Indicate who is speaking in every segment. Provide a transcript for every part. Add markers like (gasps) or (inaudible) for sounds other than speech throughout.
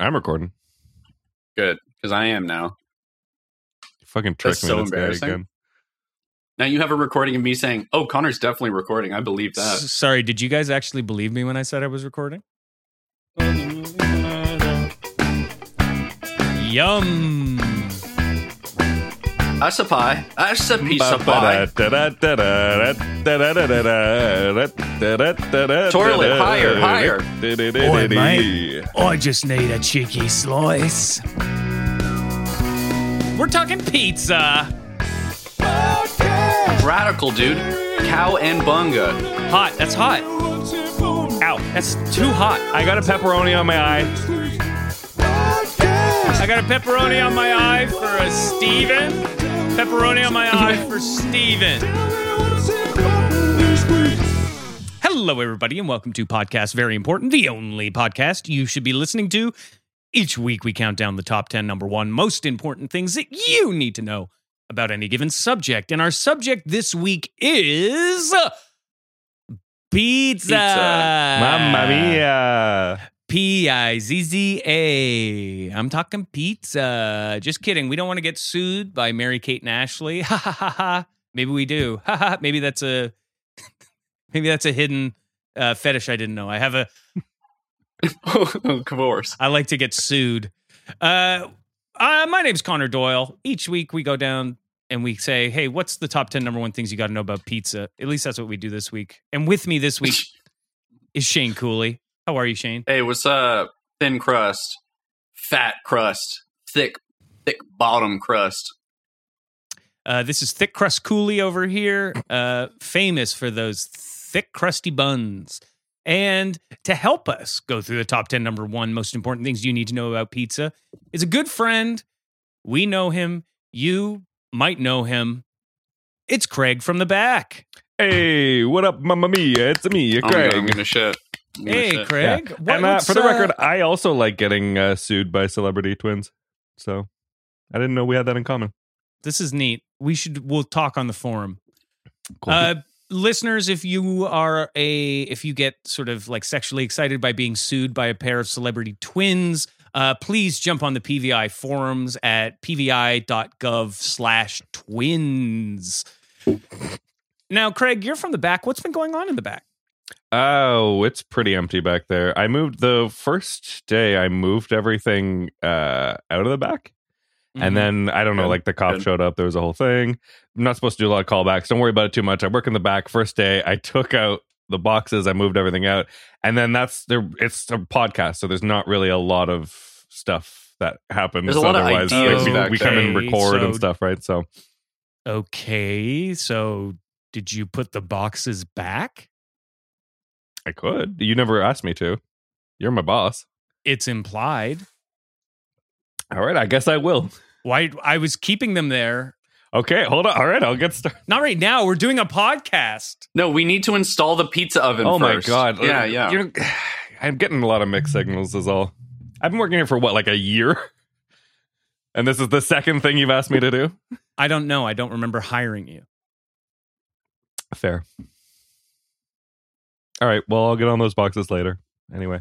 Speaker 1: I'm recording.
Speaker 2: Good, because I am now.
Speaker 1: You fucking tricked
Speaker 2: That's
Speaker 1: me
Speaker 2: so
Speaker 1: with this guy
Speaker 2: embarrassing.
Speaker 1: again.
Speaker 2: Now you have a recording of me saying, "Oh, Connor's definitely recording." I believe that.
Speaker 3: S- sorry, did you guys actually believe me when I said I was recording? Yum.
Speaker 2: (laughs) That's a pie. That's a piece of pie.
Speaker 1: Toilet
Speaker 2: higher, higher.
Speaker 3: Oi, mate. I just need a cheeky slice. We're talking pizza.
Speaker 2: Radical, dude. Cow and bunga.
Speaker 3: Hot. That's hot. Ow. That's too hot.
Speaker 1: I got a pepperoni on my eye.
Speaker 3: I got a pepperoni on my eye for a Steven. Pepperoni on my eye for Steven. Hello, everybody, and welcome to Podcast Very Important, the only podcast you should be listening to. Each week, we count down the top 10 number one most important things that you need to know about any given subject. And our subject this week is pizza.
Speaker 2: Pizza.
Speaker 1: Mamma mia.
Speaker 3: P I Z Z A. I'm talking pizza. Just kidding. We don't want to get sued by Mary Kate and Ashley. (laughs) Ha ha ha ha. Maybe we do. (laughs) Ha ha. Maybe that's a (laughs) maybe that's a hidden uh, fetish I didn't know. I have a.
Speaker 2: (laughs) of course.
Speaker 3: I like to get sued. Uh, uh, my name's Connor Doyle. Each week we go down and we say, "Hey, what's the top ten number one things you got to know about pizza?" At least that's what we do this week. And with me this week is Shane Cooley. How are you, Shane?
Speaker 2: Hey, what's up? Thin crust, fat crust, thick, thick bottom crust.
Speaker 3: Uh, this is Thick Crust Cooley over here, uh, famous for those thick, crusty buns. And to help us go through the top 10 number one most important things you need to know about pizza is a good friend. We know him. You might know him. It's Craig from the back.
Speaker 1: Hey, what up, Mamma mia? It's me,
Speaker 2: I'm gonna, I'm
Speaker 1: Craig.
Speaker 2: gonna shit. I'm gonna
Speaker 3: Hey,
Speaker 2: shit.
Speaker 3: Craig.
Speaker 1: Yeah.
Speaker 3: What-
Speaker 1: and uh, for the
Speaker 3: what's, uh,
Speaker 1: record, I also like getting uh, sued by celebrity twins. So I didn't know we had that in common.
Speaker 3: this is neat. We should, we'll talk on the forum. Uh, listeners, if you are a, if you get sort of like sexually excited by being sued by a pair of celebrity twins, uh, please jump on the PVI forums at pvi.gov slash twins. Now, Craig, you're from the back. What's been going on in the back?
Speaker 1: Oh, it's pretty empty back there. I moved the first day I moved everything uh out of the back.
Speaker 3: Mm-hmm.
Speaker 1: And then I don't know,
Speaker 2: Mm-hmm. Good.
Speaker 1: like the cop
Speaker 2: Good.
Speaker 1: showed up, there was a whole thing. I'm not supposed to do a lot of callbacks. Don't worry about it too much. I work in the back first day. I took out the boxes, I moved everything out. And then that's there it's a podcast, so there's not really a lot of stuff that happens
Speaker 2: There's a lot of
Speaker 1: otherwise.
Speaker 2: ideas
Speaker 1: we,
Speaker 2: back
Speaker 1: we come and
Speaker 3: there.
Speaker 1: record and
Speaker 3: So-
Speaker 1: stuff, right? So
Speaker 3: okay, so did you put the boxes back?
Speaker 1: I could. You never asked me to. You're my boss.
Speaker 3: It's implied.
Speaker 1: All right, I guess I will.
Speaker 3: Why? I was keeping them there.
Speaker 1: Okay, hold on. All right, I'll get started.
Speaker 3: Not right now. We're doing a podcast.
Speaker 2: No, we need to install the pizza oven.
Speaker 1: Oh
Speaker 2: first.
Speaker 1: my god!
Speaker 2: Yeah,
Speaker 1: Uh,
Speaker 2: yeah.
Speaker 1: You're, (sighs) I'm getting a lot of mixed signals. Is all. I've been working here for what, like a year, (laughs) and this is the second thing you've asked me to do.
Speaker 3: I don't know. I don't remember hiring you.
Speaker 1: Fair. All right. Well, I'll get on those boxes later. Anyway,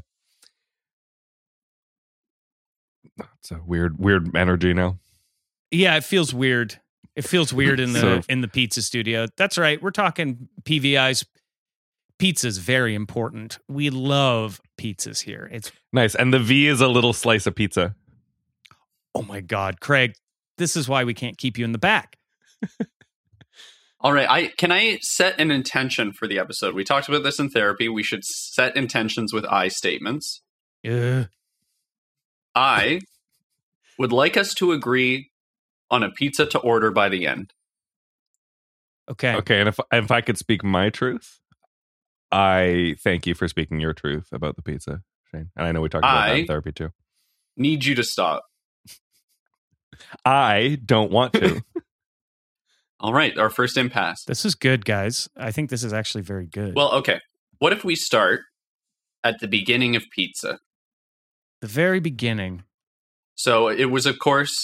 Speaker 1: it's a weird, weird energy now.
Speaker 3: Yeah, it feels weird. It feels weird in the
Speaker 1: So-
Speaker 3: in the pizza studio. That's right. We're talking PVI's pizza's very important. We love pizzas here. It's
Speaker 1: Nice. And the V is a little slice of pizza.
Speaker 3: oh my god, Craig, this is why we can't keep you in the back.
Speaker 2: All right, I can I set an intention for the episode. We talked about this in therapy. We should set intentions with I statements.
Speaker 3: Ugh.
Speaker 2: I would like us to agree on a pizza to order by the end.
Speaker 3: okay.
Speaker 1: Okay. And if if I could speak my truth, I thank you for speaking your truth about the pizza, Shane. And I know we talked about that
Speaker 2: I-
Speaker 1: in therapy too.
Speaker 2: Need you to stop.
Speaker 1: I don't want
Speaker 3: (laughs)
Speaker 1: to.
Speaker 2: All right, our first impasse.
Speaker 3: This is good, guys. I think this is actually very good.
Speaker 2: Well, okay. What if we start at the beginning of pizza?
Speaker 3: the very beginning.
Speaker 2: So it was, of course,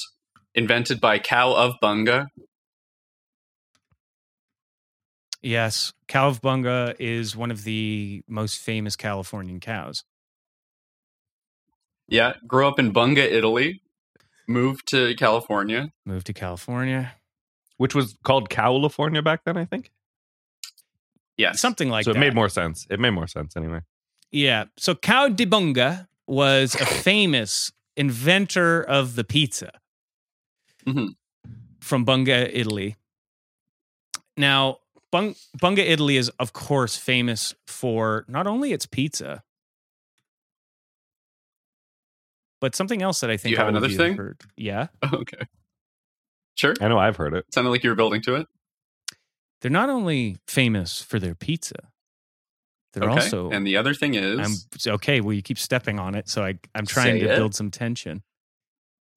Speaker 2: invented by Cow of Bunga.
Speaker 3: Yes, Calvbunga is one of the most famous Californian cows.
Speaker 2: Yeah, grew up in Bunga, Italy. Moved to California.
Speaker 3: Moved to California.
Speaker 1: which was called California back then, I think.
Speaker 2: Yes.
Speaker 3: Something like
Speaker 1: so it
Speaker 3: that.
Speaker 1: made more sense. It made more sense anyway.
Speaker 3: Yeah. So Cao de Bunga was a famous inventor of the pizza
Speaker 2: Mhm.
Speaker 3: from Bunga, Italy. Now, Bung- Bunga, Italy is, of course, famous for not only its pizza, but something else that I think
Speaker 2: you have
Speaker 3: all of
Speaker 2: another
Speaker 3: you
Speaker 2: thing?
Speaker 3: heard. Yeah.
Speaker 2: (laughs) okay. Sure.
Speaker 1: I know I've heard it.
Speaker 2: Sounded like you were building to it.
Speaker 3: They're not only famous for their pizza, they're
Speaker 2: okay.
Speaker 3: also
Speaker 2: and the other thing is
Speaker 3: I'm okay. Well, you keep stepping on it, so I, I'm trying
Speaker 2: Say
Speaker 3: to
Speaker 2: it.
Speaker 3: build some tension.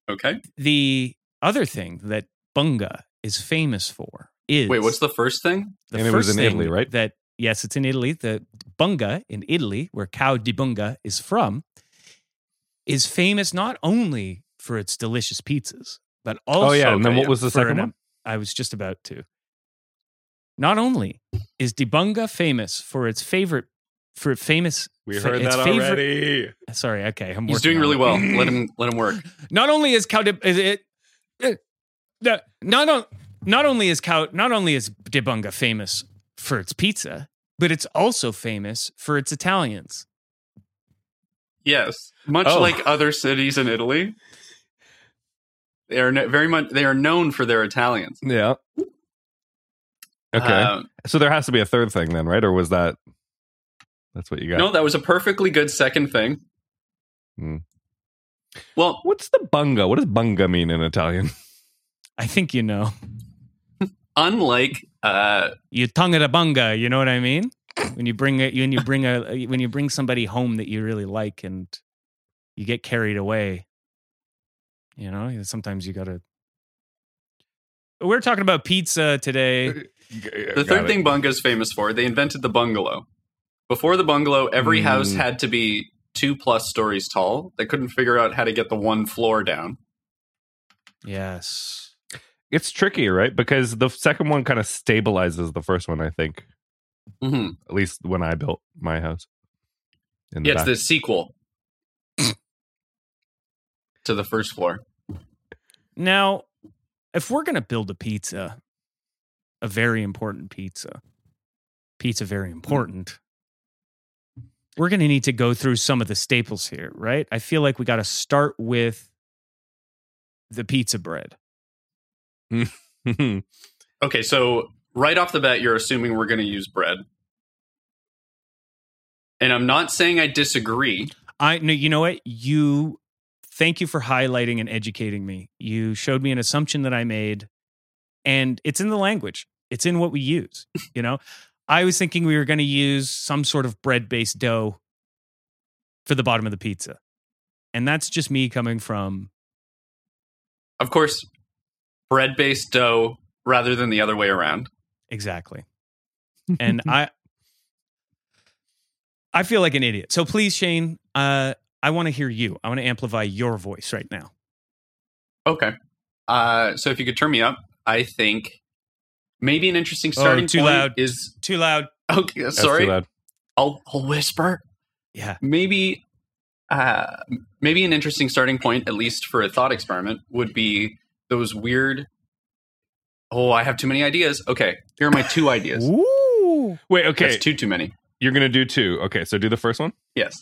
Speaker 2: okay.
Speaker 3: The other thing that Bunga is famous for is
Speaker 2: Wait, what's the first thing?
Speaker 3: the
Speaker 1: And it was
Speaker 3: first
Speaker 1: in Italy,
Speaker 3: thing
Speaker 1: right?
Speaker 3: That yes, it's in Italy. The Bunga in Italy, where Cao di Bunga is from, is famous not only for its delicious pizzas, but also.
Speaker 1: oh yeah, and then
Speaker 2: okay,
Speaker 1: what
Speaker 2: yeah.
Speaker 1: was the
Speaker 3: for
Speaker 1: second
Speaker 3: an-
Speaker 1: one?
Speaker 3: I was just about to. Not only is di Bunga famous for its favorite, for famous.
Speaker 1: We
Speaker 3: fa-
Speaker 1: heard
Speaker 3: its
Speaker 1: that
Speaker 3: favorite-
Speaker 1: already.
Speaker 3: Sorry, okay, I'm
Speaker 2: He's
Speaker 3: working
Speaker 2: doing
Speaker 3: on
Speaker 2: really
Speaker 3: it. (clears throat)
Speaker 2: well. let him let him work.
Speaker 3: not only is cow dip, is it uh, no not on, not only is cow not only is debunga famous for its pizza but it's also famous for its italians
Speaker 2: Yes, much
Speaker 1: Oh.
Speaker 2: like other cities in Italy, they are no, very much they are known for their Italians.
Speaker 1: Yeah. Okay.
Speaker 3: Uh,
Speaker 2: Um,
Speaker 1: so there has to be a third thing then, right? Or was that that's what you got?
Speaker 2: No, that was a perfectly good second thing.
Speaker 1: Hmm.
Speaker 2: Well,
Speaker 1: What's the bunga? What does bunga mean in Italian?
Speaker 3: (laughs) i think you know
Speaker 2: unlike uh,
Speaker 3: you tongue it a bunga you know what i mean when you bring it when you bring a when you bring somebody home that you really like and you get carried away you know sometimes you gotta we're talking about pizza today uh,
Speaker 2: the third thing Bunga is famous for, they invented the bungalow. Before the bungalow, every
Speaker 1: Hmm.
Speaker 2: house had to be two plus stories tall. They couldn't figure out how to get the one floor down.
Speaker 3: yes
Speaker 1: It's tricky, right? Because the second one kind of stabilizes the first one, I think.
Speaker 2: hmm
Speaker 1: At least when I built my house. In the
Speaker 2: Yeah, it's
Speaker 1: back. (laughs)
Speaker 2: the sequel to the first floor.
Speaker 3: Now, if we're going to build a pizza, a very important pizza, pizza very important, we're going to need to go through some of the staples here, right? I feel like we got to start with the pizza bread.
Speaker 2: Okay, so right off the bat, you're assuming we're going to use bread. And I'm not saying I disagree.
Speaker 3: I no, you know what? You thank you for highlighting and educating me. You showed me an assumption that I made, and it's in the language. It's in what we use. You know, I was thinking we were going to use some sort of bread-based dough for the bottom of the pizza, and that's just me coming from
Speaker 2: Of course, bread based dough rather than the other way around.
Speaker 3: exactly. And I, I feel like an idiot. So please, Shane, uh, I want to hear you. I want to amplify your voice right now.
Speaker 2: Okay. Uh, so if you could turn me up, I think maybe an interesting starting
Speaker 3: Oh, too
Speaker 2: point
Speaker 3: loud.
Speaker 2: is (laughs)
Speaker 3: Too loud.
Speaker 2: okay.
Speaker 1: That's too
Speaker 2: Sorry,
Speaker 1: loud.
Speaker 2: I'll, I'll whisper.
Speaker 3: Yeah.
Speaker 2: maybe uh, maybe an interesting starting point, at least for a thought experiment, would be those weird. Oh, I have too many ideas. Okay, here are my two ideas.
Speaker 3: Ooh.
Speaker 1: Wait, okay.
Speaker 2: That's too too many.
Speaker 1: You're gonna do two. Okay, so do the first one.
Speaker 2: Yes.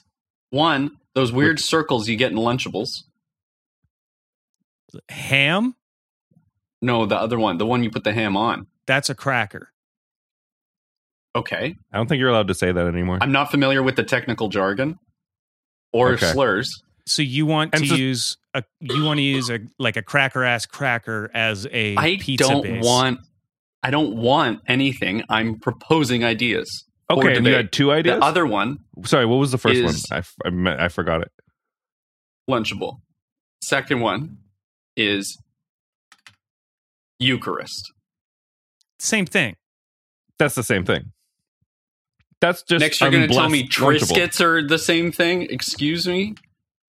Speaker 2: One, those weird circles you get in Lunchables.
Speaker 3: ham
Speaker 2: No, the other one, the one you put the ham on.
Speaker 3: that's a cracker
Speaker 2: Okay.
Speaker 1: I don't think you're allowed to say that anymore.
Speaker 2: I'm not familiar with the technical jargon or
Speaker 1: Okay.
Speaker 2: slurs.
Speaker 3: so you want
Speaker 1: And
Speaker 3: to
Speaker 1: so-
Speaker 3: use a you want to use a like a cracker ass cracker as a
Speaker 2: I
Speaker 3: pizza
Speaker 2: don't
Speaker 3: base.
Speaker 2: want I don't want anything. I'm proposing ideas. for
Speaker 1: okay, and you
Speaker 2: debate.
Speaker 1: had two ideas.
Speaker 2: The other one,
Speaker 1: Sorry, what was the first
Speaker 2: is-
Speaker 1: one? I, f- I, me- I forgot it.
Speaker 2: lunchable. Second one is Eucharist.
Speaker 3: same thing
Speaker 1: That's the same thing. That's just
Speaker 2: Next, you're going to tell
Speaker 1: unblessed
Speaker 2: me
Speaker 1: lunchable.
Speaker 2: Triscuits are the same thing. Excuse me.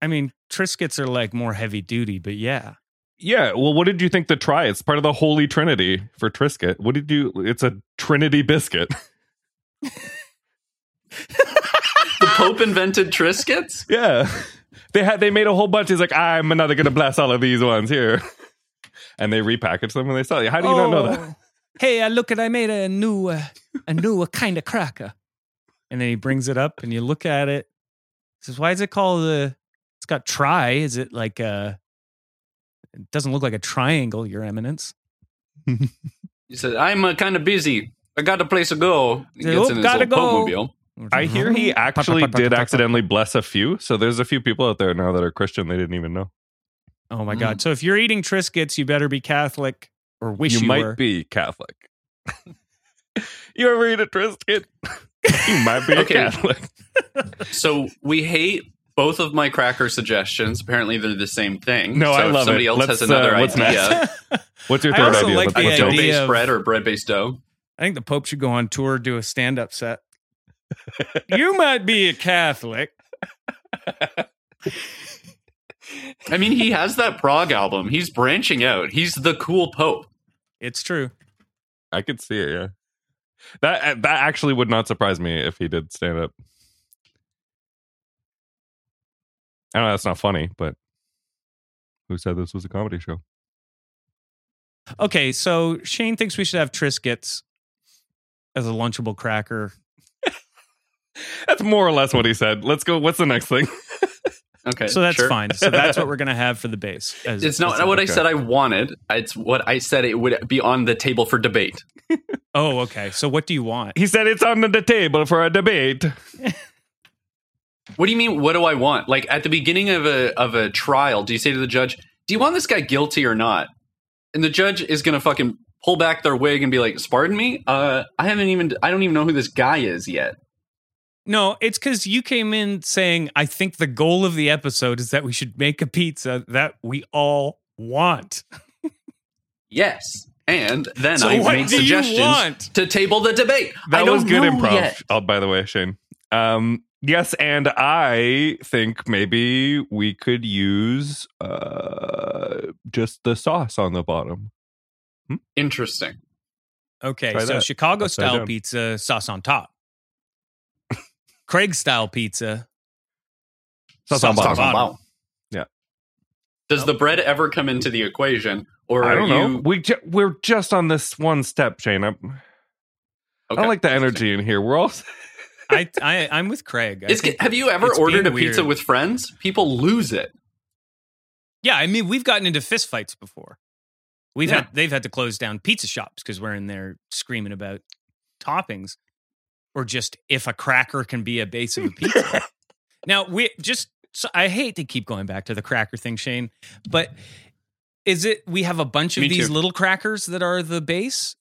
Speaker 3: i mean triscuits are like more heavy duty but yeah
Speaker 1: Yeah. Well, what did you think the try? It's part of the Holy Trinity for Trisket. What did you? It's a Trinity biscuit. (laughs)
Speaker 2: The Pope invented Triscuits.
Speaker 1: yeah. They had they made a whole bunch. He's like, I'm not gonna blast all of these ones here, (laughs) and they repackaged them and they sell you. How do you not know that?
Speaker 3: Oh, Hey, I look at I made a new uh, a new kind of cracker. And then he brings it up and you look at it. He says, Why is it called uh it's got try? Is it like a it doesn't look like a triangle, your eminence.
Speaker 2: He said, "I'm uh, kind of busy. I got a place to go." He
Speaker 3: Said,
Speaker 2: gets
Speaker 3: "Oh,
Speaker 2: in his
Speaker 3: gotta
Speaker 2: little
Speaker 3: go."
Speaker 2: boatmobile.
Speaker 1: I hear he
Speaker 3: Pop, pop,
Speaker 1: actually
Speaker 3: pop, pop,
Speaker 1: did
Speaker 3: pop, pop.
Speaker 1: accidentally bless a few. So there's a few people out there now that are Christian. They didn't even know.
Speaker 3: Oh
Speaker 2: Mm-hmm.
Speaker 3: my god. So if you're eating Triscuits, you better be Catholic or wish you,
Speaker 1: you might
Speaker 3: were. (laughs)
Speaker 1: be Catholic. (laughs) you ever eat a Triscuit? (laughs) you might be a
Speaker 2: Okay.
Speaker 1: Catholic.
Speaker 2: So we hate both of my cracker suggestions. Apparently, they're the same thing.
Speaker 1: No,
Speaker 2: so
Speaker 1: I
Speaker 2: if
Speaker 1: love
Speaker 2: somebody
Speaker 1: it.
Speaker 2: else
Speaker 1: Let's,
Speaker 2: has another
Speaker 1: uh, what's
Speaker 2: idea.
Speaker 1: What's your
Speaker 3: I
Speaker 1: third
Speaker 3: also
Speaker 1: idea? Let's
Speaker 3: like
Speaker 1: (laughs)
Speaker 3: the
Speaker 1: go, Joe.
Speaker 3: idea.
Speaker 2: dough-based
Speaker 3: of-
Speaker 2: bread or bread-based dough.
Speaker 3: I think the Pope should go on tour, do a stand up set. you might be a Catholic.
Speaker 2: I mean, he has that Prague album. He's branching out. He's the cool Pope.
Speaker 3: It's true.
Speaker 1: I could see it. Yeah, that that actually would not surprise me if he did stand up. I know that's not funny, but who said this was a comedy show?
Speaker 3: Okay, so Shane thinks we should have Triscuits as a Lunchable cracker.
Speaker 1: That's more or less what he said. Let's go. What's the next thing? (laughs)
Speaker 2: Okay,
Speaker 3: So that's
Speaker 2: sure.
Speaker 3: fine. So that's
Speaker 2: (laughs)
Speaker 3: what we're going to have for the base. as-
Speaker 2: It's not
Speaker 3: as a-
Speaker 2: what I
Speaker 1: okay.
Speaker 2: said I wanted. It's what I said it would be on the table for debate.
Speaker 3: Oh, okay. So what do you want?
Speaker 1: He said it's on the table for a debate.
Speaker 2: What do you mean? What do I want? Like at the beginning of a of a trial, do you say to the judge, "Do you want this guy guilty or not?" And the judge is gonna fucking pull back their wig and be like, "Pardon me, uh, I haven't even. I don't even know who this guy is yet."
Speaker 3: No, it's because you came in saying, I think the goal of the episode is that we should make a pizza that we all want.
Speaker 2: Yes, and (laughs) then
Speaker 3: so
Speaker 2: I
Speaker 3: what
Speaker 2: made
Speaker 3: do
Speaker 2: suggestions
Speaker 3: you want?
Speaker 2: to table the debate. I
Speaker 1: That
Speaker 2: don't
Speaker 1: was good
Speaker 2: know
Speaker 1: improv.
Speaker 2: yet.
Speaker 1: Oh, by the way, Shane. Um, yes, and I think maybe we could use uh, just the sauce on the bottom.
Speaker 2: Interesting.
Speaker 3: Okay,
Speaker 1: Try
Speaker 3: so
Speaker 1: that.
Speaker 3: Chicago
Speaker 1: Upside
Speaker 3: style
Speaker 1: down.
Speaker 3: pizza, sauce on top. Craig style pizza.
Speaker 1: Sauce on bottom.
Speaker 2: Sauce on bottom.
Speaker 1: Yeah.
Speaker 2: Does the bread ever come into the equation, or
Speaker 1: I
Speaker 2: are
Speaker 1: don't
Speaker 2: you,
Speaker 1: know. We ju- we're just on this one step, Shane. I'm, I
Speaker 2: Okay.
Speaker 1: don't like the energy in here. We're all
Speaker 3: I, I I'm with Craig. I
Speaker 2: It's,
Speaker 3: think-
Speaker 2: have you ever
Speaker 3: it's
Speaker 2: ordered a
Speaker 3: being
Speaker 2: pizza
Speaker 3: weird.
Speaker 2: with friends? People lose it.
Speaker 3: yeah, I mean we've gotten into fistfights before. We've
Speaker 2: Yeah.
Speaker 3: had they've had to close down pizza shops because we're in there screaming about toppings, or just if a cracker can be a base of
Speaker 2: (laughs)
Speaker 3: a pizza. now we just so I hate to keep going back to the cracker thing, Shane, but is it we have a bunch of
Speaker 2: Me
Speaker 3: these
Speaker 2: too.
Speaker 3: little crackers that are the base,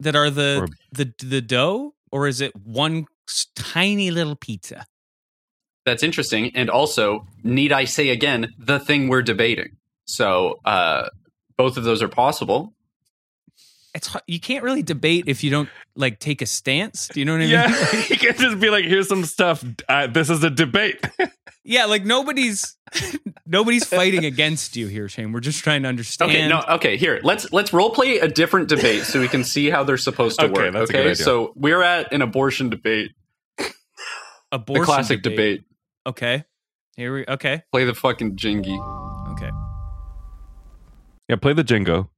Speaker 3: that are the
Speaker 1: Or-
Speaker 3: the the dough, or is it one s- tiny little pizza?
Speaker 2: That's interesting. And also, need I say again, the thing we're debating. So uh, both of those are possible.
Speaker 3: it's hard, you can't really debate if you don't like take a stance. Do you know what I
Speaker 1: (laughs)
Speaker 3: mean?
Speaker 1: yeah. you can't just be like, here's some stuff. Uh, this is a debate.
Speaker 3: Yeah, like nobody's (laughs) nobody's fighting against you here, Shane. We're just trying to understand.
Speaker 2: Okay, no, okay. Here, let's let's role play a different debate so we can see how they're
Speaker 3: (laughs)
Speaker 2: supposed to
Speaker 1: Okay,
Speaker 2: work.
Speaker 1: that's a
Speaker 2: okay,
Speaker 1: good idea.
Speaker 2: so we're at an abortion debate,
Speaker 3: Abortion
Speaker 2: the classic debate.
Speaker 3: Okay, here we. Okay,
Speaker 2: Play the fucking jingy.
Speaker 3: okay.
Speaker 1: yeah, play the jingo.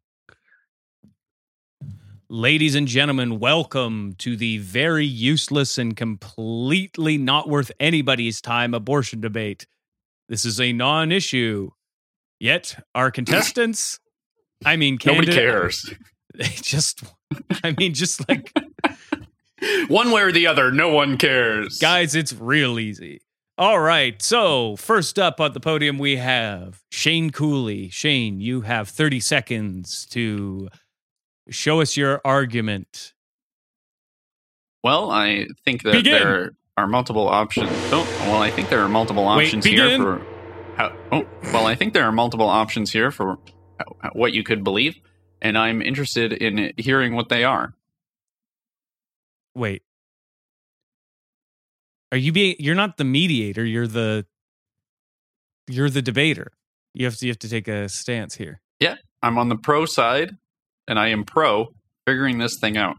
Speaker 3: Ladies and gentlemen, welcome to the very useless and completely not worth anybody's time abortion debate. This is a non-issue. Yet our contestants, I mean,
Speaker 2: Nobody
Speaker 3: candidate-
Speaker 2: cares. (laughs)
Speaker 3: They (laughs) just, I mean, just like
Speaker 2: One way or the other, no one cares.
Speaker 3: Guys, it's real easy. All right. So, first up on the podium, we have Shane Cooley. Shane, you have 30 seconds to show us your argument.
Speaker 2: Well, I think that
Speaker 3: Begin.
Speaker 2: there are multiple options. Oh, well, I think there are multiple
Speaker 3: Wait,
Speaker 2: options here
Speaker 3: begin.
Speaker 2: for how. Oh, well, I think there are multiple options here for how, how- what you could believe, and I'm interested in hearing what they are.
Speaker 3: Wait. Are you being you're not the mediator, you're the you're the debater. You have to you have to take a stance here.
Speaker 2: I'm on the pro side, and I am pro figuring this thing out.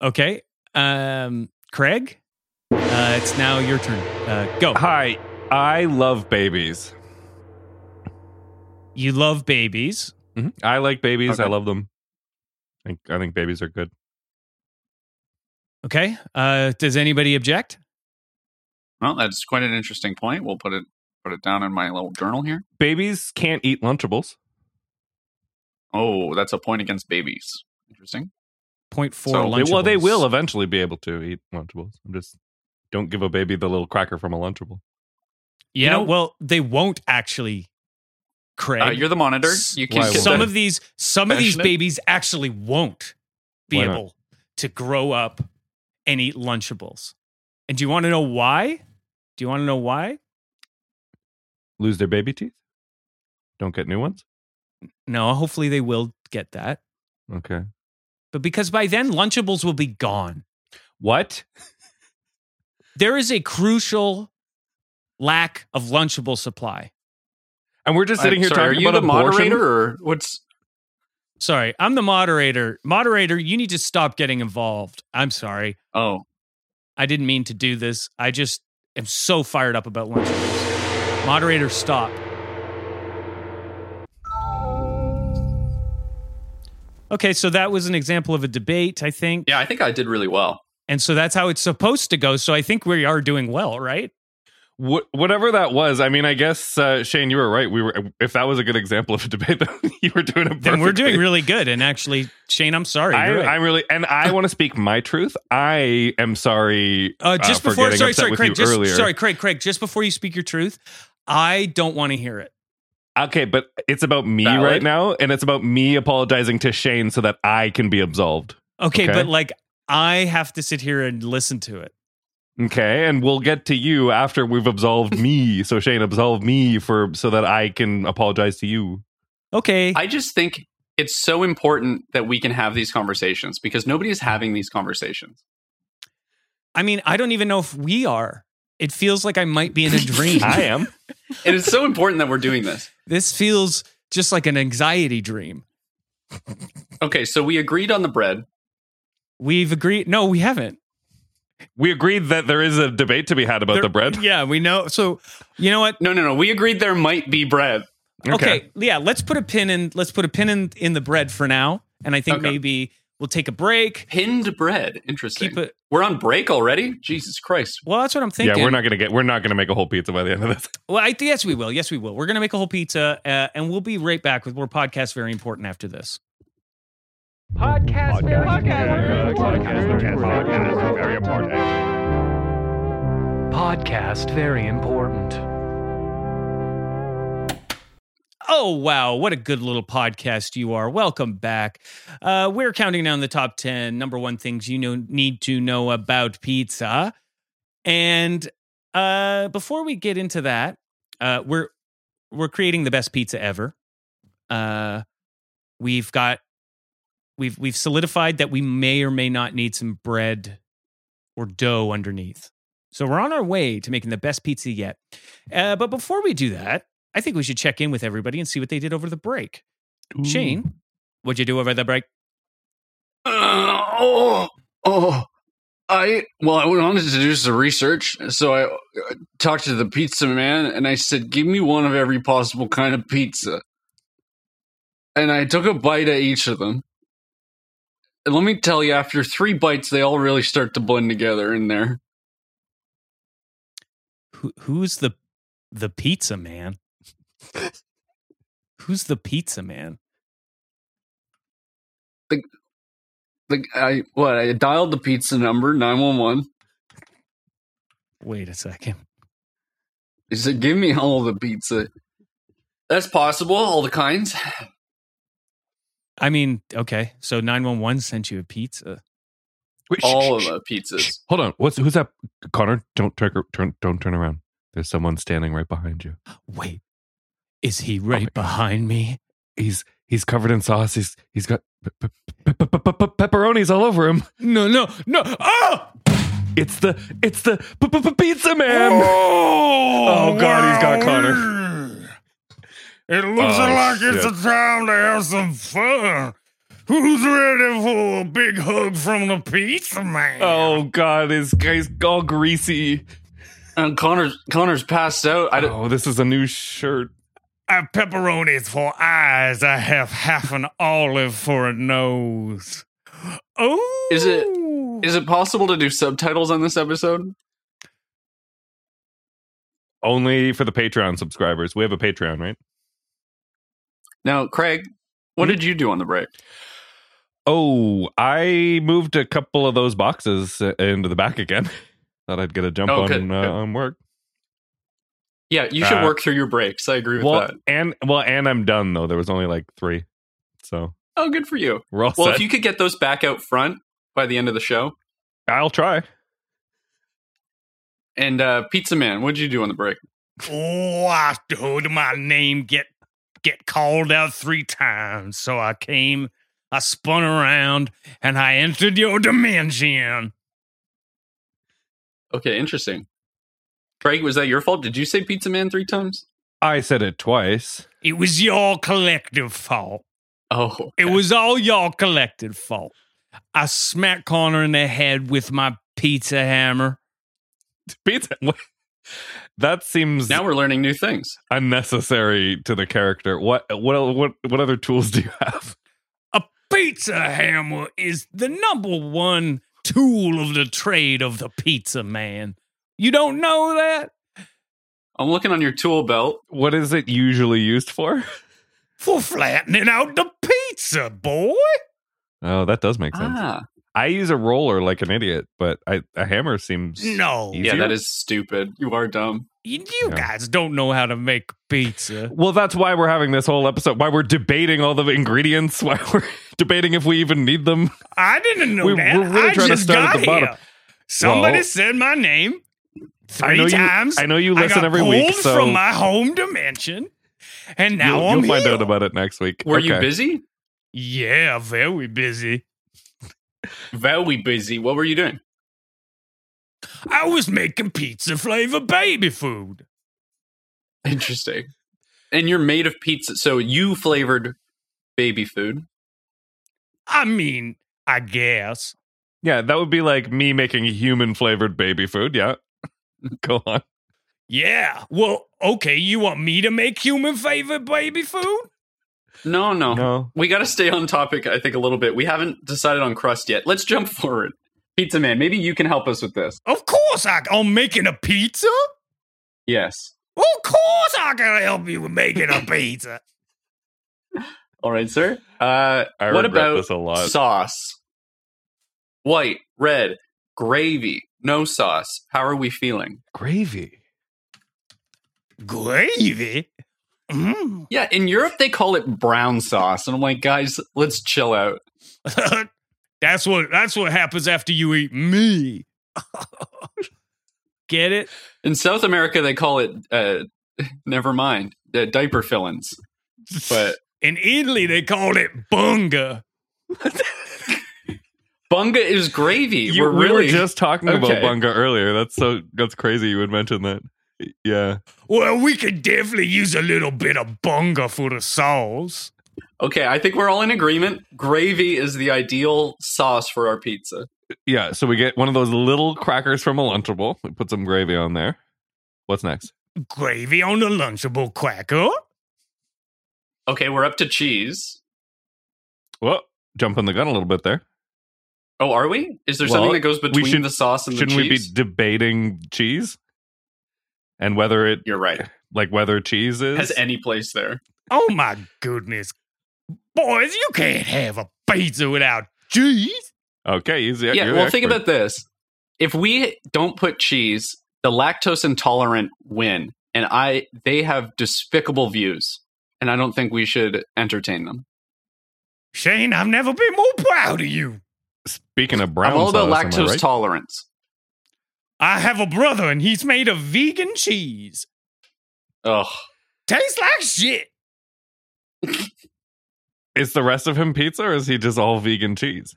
Speaker 3: Okay. Um Craig, uh, it's now your turn. Uh, go.
Speaker 1: Hi. I love babies.
Speaker 3: You love babies.
Speaker 1: Mm-hmm. I like babies. I
Speaker 2: Okay.
Speaker 1: love them. I think, I think babies are good.
Speaker 3: Okay. Uh, does anybody object?
Speaker 2: Well, that's quite an interesting point. We'll put it put it down in my little journal here.
Speaker 1: Babies can't eat Lunchables.
Speaker 2: Oh, that's a point against babies. Interesting.
Speaker 3: Point four.
Speaker 2: So
Speaker 1: They- well, they
Speaker 3: Lunchables.
Speaker 1: will eventually be able to eat Lunchables. I'm just don't give a baby the little cracker from a Lunchable.
Speaker 3: Yeah.
Speaker 2: You know-
Speaker 3: well, they won't actually. Craig,
Speaker 2: Uh, you're the monitor.
Speaker 3: S-
Speaker 2: You can
Speaker 1: why
Speaker 2: get
Speaker 1: would-
Speaker 3: some
Speaker 2: the-
Speaker 3: of these some of these
Speaker 2: Passionate?
Speaker 3: babies actually won't be
Speaker 1: Why not?
Speaker 3: able to grow up and eat lunchables and do you want to know why do you want to know why
Speaker 1: Lose their baby teeth. Don't get new ones.
Speaker 3: no hopefully they will get that
Speaker 1: Okay.
Speaker 3: but because by then lunchables will be gone
Speaker 1: What?
Speaker 3: there is a crucial lack of lunchable supply
Speaker 1: And we're just sitting
Speaker 2: I'm
Speaker 1: here
Speaker 2: sorry,
Speaker 1: talking
Speaker 2: are you
Speaker 1: about
Speaker 2: the
Speaker 1: abortion?
Speaker 2: moderator or what's
Speaker 3: sorry i'm the moderator moderator you need to stop getting involved i'm sorry
Speaker 2: oh
Speaker 3: i didn't mean to do this i just am so fired up about lunchables moderator stop Okay, so that was an example of a debate, I think.
Speaker 2: yeah, I think I did really well.
Speaker 3: And so that's how it's supposed to go. So I think we are doing well, right?
Speaker 1: Wh- whatever that was. I mean, I guess uh, Shane, you were right. We were. If that was a good example of a debate, (laughs) then you were doing it.
Speaker 3: Then we're doing
Speaker 1: perfectly.
Speaker 3: really good. And actually, Shane, I'm sorry.
Speaker 1: I,
Speaker 3: you're right.
Speaker 1: I'm really, and I want to speak my truth. I am sorry.
Speaker 3: uh, just
Speaker 1: for
Speaker 3: before,
Speaker 1: getting
Speaker 3: sorry,
Speaker 1: upset
Speaker 3: sorry,
Speaker 1: with
Speaker 3: Craig.
Speaker 1: you
Speaker 3: Just,
Speaker 1: earlier.
Speaker 3: sorry, Craig, Craig. Just before you speak your truth, I don't want to hear it.
Speaker 1: Okay, but it's about me
Speaker 2: Valid.
Speaker 1: right now, and it's about me apologizing to Shane so that I can be absolved.
Speaker 3: Okay,
Speaker 1: Okay.
Speaker 3: but like I have to sit here and listen to it.
Speaker 1: Okay, and we'll get to you after we've absolved
Speaker 3: (laughs)
Speaker 1: me. So Shane, absolve me for so that I can apologize to you.
Speaker 3: Okay,
Speaker 2: I just think it's so important that we can have these conversations because nobody is having these conversations.
Speaker 3: I mean, I don't even know if we are. It feels like I might be in
Speaker 1: (laughs)
Speaker 3: a dream.
Speaker 1: I am.
Speaker 2: It is so important that we're doing this.
Speaker 3: this feels just like an anxiety dream.
Speaker 2: Okay, so we agreed on the bread.
Speaker 3: We've agreed. No, we haven't.
Speaker 1: We agreed that there is a debate to be had about
Speaker 3: There-
Speaker 1: the bread.
Speaker 3: Yeah, we know. So, you know what?
Speaker 2: No, no, no. We agreed there might be bread.
Speaker 3: Okay. yeah, let's put a pin in. Let's put a pin in in the bread for now. And I think
Speaker 2: Okay.
Speaker 3: maybe we'll take a break.
Speaker 2: Pinned bread. Interesting.
Speaker 3: Keep it.
Speaker 2: We're on break already? Jesus Christ.
Speaker 3: Well, that's what I'm
Speaker 1: Yeah,
Speaker 3: thinking.
Speaker 1: we're not gonna get. We're not gonna make a whole pizza by the end of this.
Speaker 3: Well, I yes, we will. Yes, we will. We're gonna make a whole pizza, uh, and we'll be right back with more podcast. Very important after this.
Speaker 4: Podcast, podcast, podcast,
Speaker 1: very important.
Speaker 4: podcast, very important.
Speaker 3: Oh, wow. What a good little podcast you are. Welcome back. Uh, we're counting down the top 10 number one things you know, need to know about pizza. And uh, before we get into that, uh, we're, we're creating the best pizza ever. Uh, we've got, we've, we've solidified that we may or may not need some bread or dough underneath. So we're on our way to making the best pizza yet. Uh, but before we do that, I think we should check in with everybody and see what they did over the break. Shane, what'd you do over the break?
Speaker 2: Uh, oh, oh. I well, I went on to do some research, so I uh, talked to the pizza man, and I said, "Give me one of every possible kind of pizza." And I took a bite at each of them. And let me tell you, after three bites, they all really start to blend together in there.
Speaker 3: Who, who's the the pizza man? who's the pizza man?
Speaker 2: Like I, what I dialed the pizza number nine one one.
Speaker 3: Wait a second.
Speaker 2: He said, "Give me all the pizza." That's possible, all the kinds.
Speaker 3: I mean, okay. So 911 sent you a pizza.
Speaker 1: Wait, shh,
Speaker 2: All of
Speaker 1: shh,
Speaker 2: the pizzas.
Speaker 1: shh. Hold on. What's who's that? Connor, don't turn, turn, don't turn around. There's someone standing right behind you.
Speaker 3: Wait. Is he
Speaker 1: Oh
Speaker 3: right
Speaker 1: my God.
Speaker 3: behind me?
Speaker 1: He's he's covered in sauce. He's he's got pe- pe- pe- pe- pe- pe- pepperonis all over him.
Speaker 3: No, no, no. Oh!
Speaker 1: It's the it's the p- p- p- pizza man. Oh, God, he's got Connor.
Speaker 5: It looks
Speaker 1: Oh,
Speaker 5: like it's
Speaker 1: shit.
Speaker 5: a time to have some fun. Who's ready for a big hug from the pizza man?
Speaker 1: Oh God, his guy's all greasy.
Speaker 2: And Connor's Connor's passed out. I don't,
Speaker 1: Oh, this is a new shirt.
Speaker 3: I have pepperonis for eyes. I have half an olive for a nose. Oh,
Speaker 2: Is it- is it possible to do subtitles on this episode?
Speaker 1: Only for the Patreon subscribers. We have a Patreon, right?
Speaker 2: Now, Craig, what did you do on the break?
Speaker 1: Oh, I moved a couple of those boxes uh, into the back again. (laughs) Thought I'd get a jump
Speaker 2: Oh,
Speaker 1: on
Speaker 2: good,
Speaker 1: Uh,
Speaker 2: good.
Speaker 1: on work.
Speaker 2: Yeah, you should
Speaker 1: Uh,
Speaker 2: work through your breaks. I agree with
Speaker 1: Well,
Speaker 2: that.
Speaker 1: and well, and I'm done though. There was only like three, so
Speaker 2: Oh, good for you.
Speaker 1: we're all
Speaker 2: Well,
Speaker 1: set.
Speaker 2: if you could get those back out front by the end of the show.
Speaker 1: I'll try.
Speaker 2: And uh, Pizza Man, what did you do on the break?
Speaker 3: Oh, I heard my name get get called out three times, so I came, I spun around, and I entered your dimension.
Speaker 2: Okay, interesting. Craig, was that your fault? Did you say Pizza Man three times?
Speaker 1: I said it twice.
Speaker 3: It was your collective fault.
Speaker 2: Oh,
Speaker 3: It
Speaker 2: okay.
Speaker 3: was all y'all collective.
Speaker 6: Collected fault. I smacked Connor in the head with my pizza hammer.
Speaker 1: (laughs) Pizza. (laughs) that seems
Speaker 2: now we're learning new things.
Speaker 1: unnecessary to the character. What what what what other tools do you (laughs) have?
Speaker 6: A pizza hammer is the number one tool of the trade of the pizza man. You don't know that?
Speaker 2: I'm looking on your tool belt.
Speaker 1: What is it usually used for?
Speaker 3: for flattening out the pizza, boy.
Speaker 1: Oh, that does make sense.
Speaker 2: Ah,
Speaker 1: I use a roller like an idiot, but I, a hammer seems
Speaker 3: No,
Speaker 1: easier.
Speaker 2: yeah, that is stupid. You are dumb.
Speaker 3: you, you
Speaker 1: Yeah.
Speaker 3: guys.
Speaker 6: Guys don't know how to make pizza.
Speaker 1: Well, that's why we're having this whole episode. Why we're debating all the ingredients. (laughs) Why we're debating if we even need them.
Speaker 3: I didn't know
Speaker 1: We-
Speaker 3: that.
Speaker 1: we're really
Speaker 3: I
Speaker 1: trying to
Speaker 3: just
Speaker 1: start at
Speaker 3: got
Speaker 1: the bottom.
Speaker 3: here. Somebody
Speaker 1: Well,
Speaker 3: said my name three
Speaker 1: I know
Speaker 3: times.
Speaker 1: You, I know you listen
Speaker 3: got
Speaker 1: every
Speaker 3: pulled
Speaker 1: week, so
Speaker 3: from my home dimension, and now
Speaker 1: you'll,
Speaker 3: I'm
Speaker 1: you'll find
Speaker 3: here.
Speaker 1: out about it next week.
Speaker 2: Were you
Speaker 1: Okay.
Speaker 2: busy?
Speaker 3: yeah, very busy.
Speaker 2: Very busy. What were you doing?
Speaker 3: I was making pizza flavor baby food.
Speaker 2: Interesting. And you're made of pizza, so you flavored baby food.
Speaker 3: I mean, I guess.
Speaker 1: Yeah, that would be like me making human flavored baby food. Yeah, (laughs) go
Speaker 2: (laughs)
Speaker 1: on.
Speaker 3: Yeah. Well, okay. You want me to make human flavor baby food?
Speaker 2: No, no.
Speaker 1: No,
Speaker 2: We got to stay on topic, I think, a little bit. We haven't decided on crust yet. Let's jump forward. Pizza Man, maybe you can help us with this.
Speaker 3: Of course, I, I'm making a pizza.
Speaker 2: Yes.
Speaker 3: Of course, I can help you with making
Speaker 1: (laughs)
Speaker 3: a pizza.
Speaker 2: All right, sir. Uh,
Speaker 1: I
Speaker 2: what
Speaker 1: regret
Speaker 2: about
Speaker 1: this a lot.
Speaker 2: sauce? White, red, gravy, no sauce. How are we feeling?
Speaker 1: Gravy.
Speaker 3: Gravy. Mm.
Speaker 2: Yeah, in Europe, they call it brown sauce. And I'm like, guys, let's chill out.
Speaker 3: (laughs) that's what that's what happens after you eat me.
Speaker 6: (laughs) Get it?
Speaker 2: In South America, they call it, uh, (laughs) never mind, uh, diaper fillings. But
Speaker 3: In Italy, they called it bunga.
Speaker 2: bunga is gravy.
Speaker 1: You,
Speaker 2: we're
Speaker 1: we
Speaker 2: really
Speaker 1: were just talking about
Speaker 2: Okay.
Speaker 1: bunga earlier. That's so that's crazy. You would mention that. Yeah,
Speaker 3: Well, we could definitely use a little bit of bunga for the sauce.
Speaker 2: Okay, I think we're all in agreement. Gravy is the ideal sauce for our pizza.
Speaker 1: yeah. So we get one of those little crackers from a lunchable. We put some gravy on there. What's next?
Speaker 3: Gravy on the Lunchable cracker.
Speaker 2: Okay, we're up to cheese.
Speaker 1: Well, jumping the gun a little bit there.
Speaker 2: Oh, are we? Is there
Speaker 1: Well,
Speaker 2: something that goes between
Speaker 1: should-
Speaker 2: the sauce and the
Speaker 1: Shouldn't we be
Speaker 2: cheese?
Speaker 1: debating cheese and whether it
Speaker 2: You're right.
Speaker 1: like whether cheese is?
Speaker 2: Has any place there?
Speaker 3: Oh my goodness, boys! You can't have a pizza without cheese.
Speaker 1: okay, easy.
Speaker 2: Yeah,
Speaker 1: you're the
Speaker 2: well, think
Speaker 1: expert.
Speaker 2: about this. If we don't put cheese, the lactose intolerant win, and I they have despicable views, and I don't think we should entertain them.
Speaker 3: Shane, I've never been more proud of you.
Speaker 1: Speaking of brown
Speaker 2: I'm all about
Speaker 1: sauce, am I
Speaker 2: lactose
Speaker 1: right?
Speaker 2: tolerance.
Speaker 3: I have a brother and he's made of vegan cheese.
Speaker 2: Ugh.
Speaker 3: Tastes like shit.
Speaker 1: Is the rest of him pizza or is he just all vegan cheese?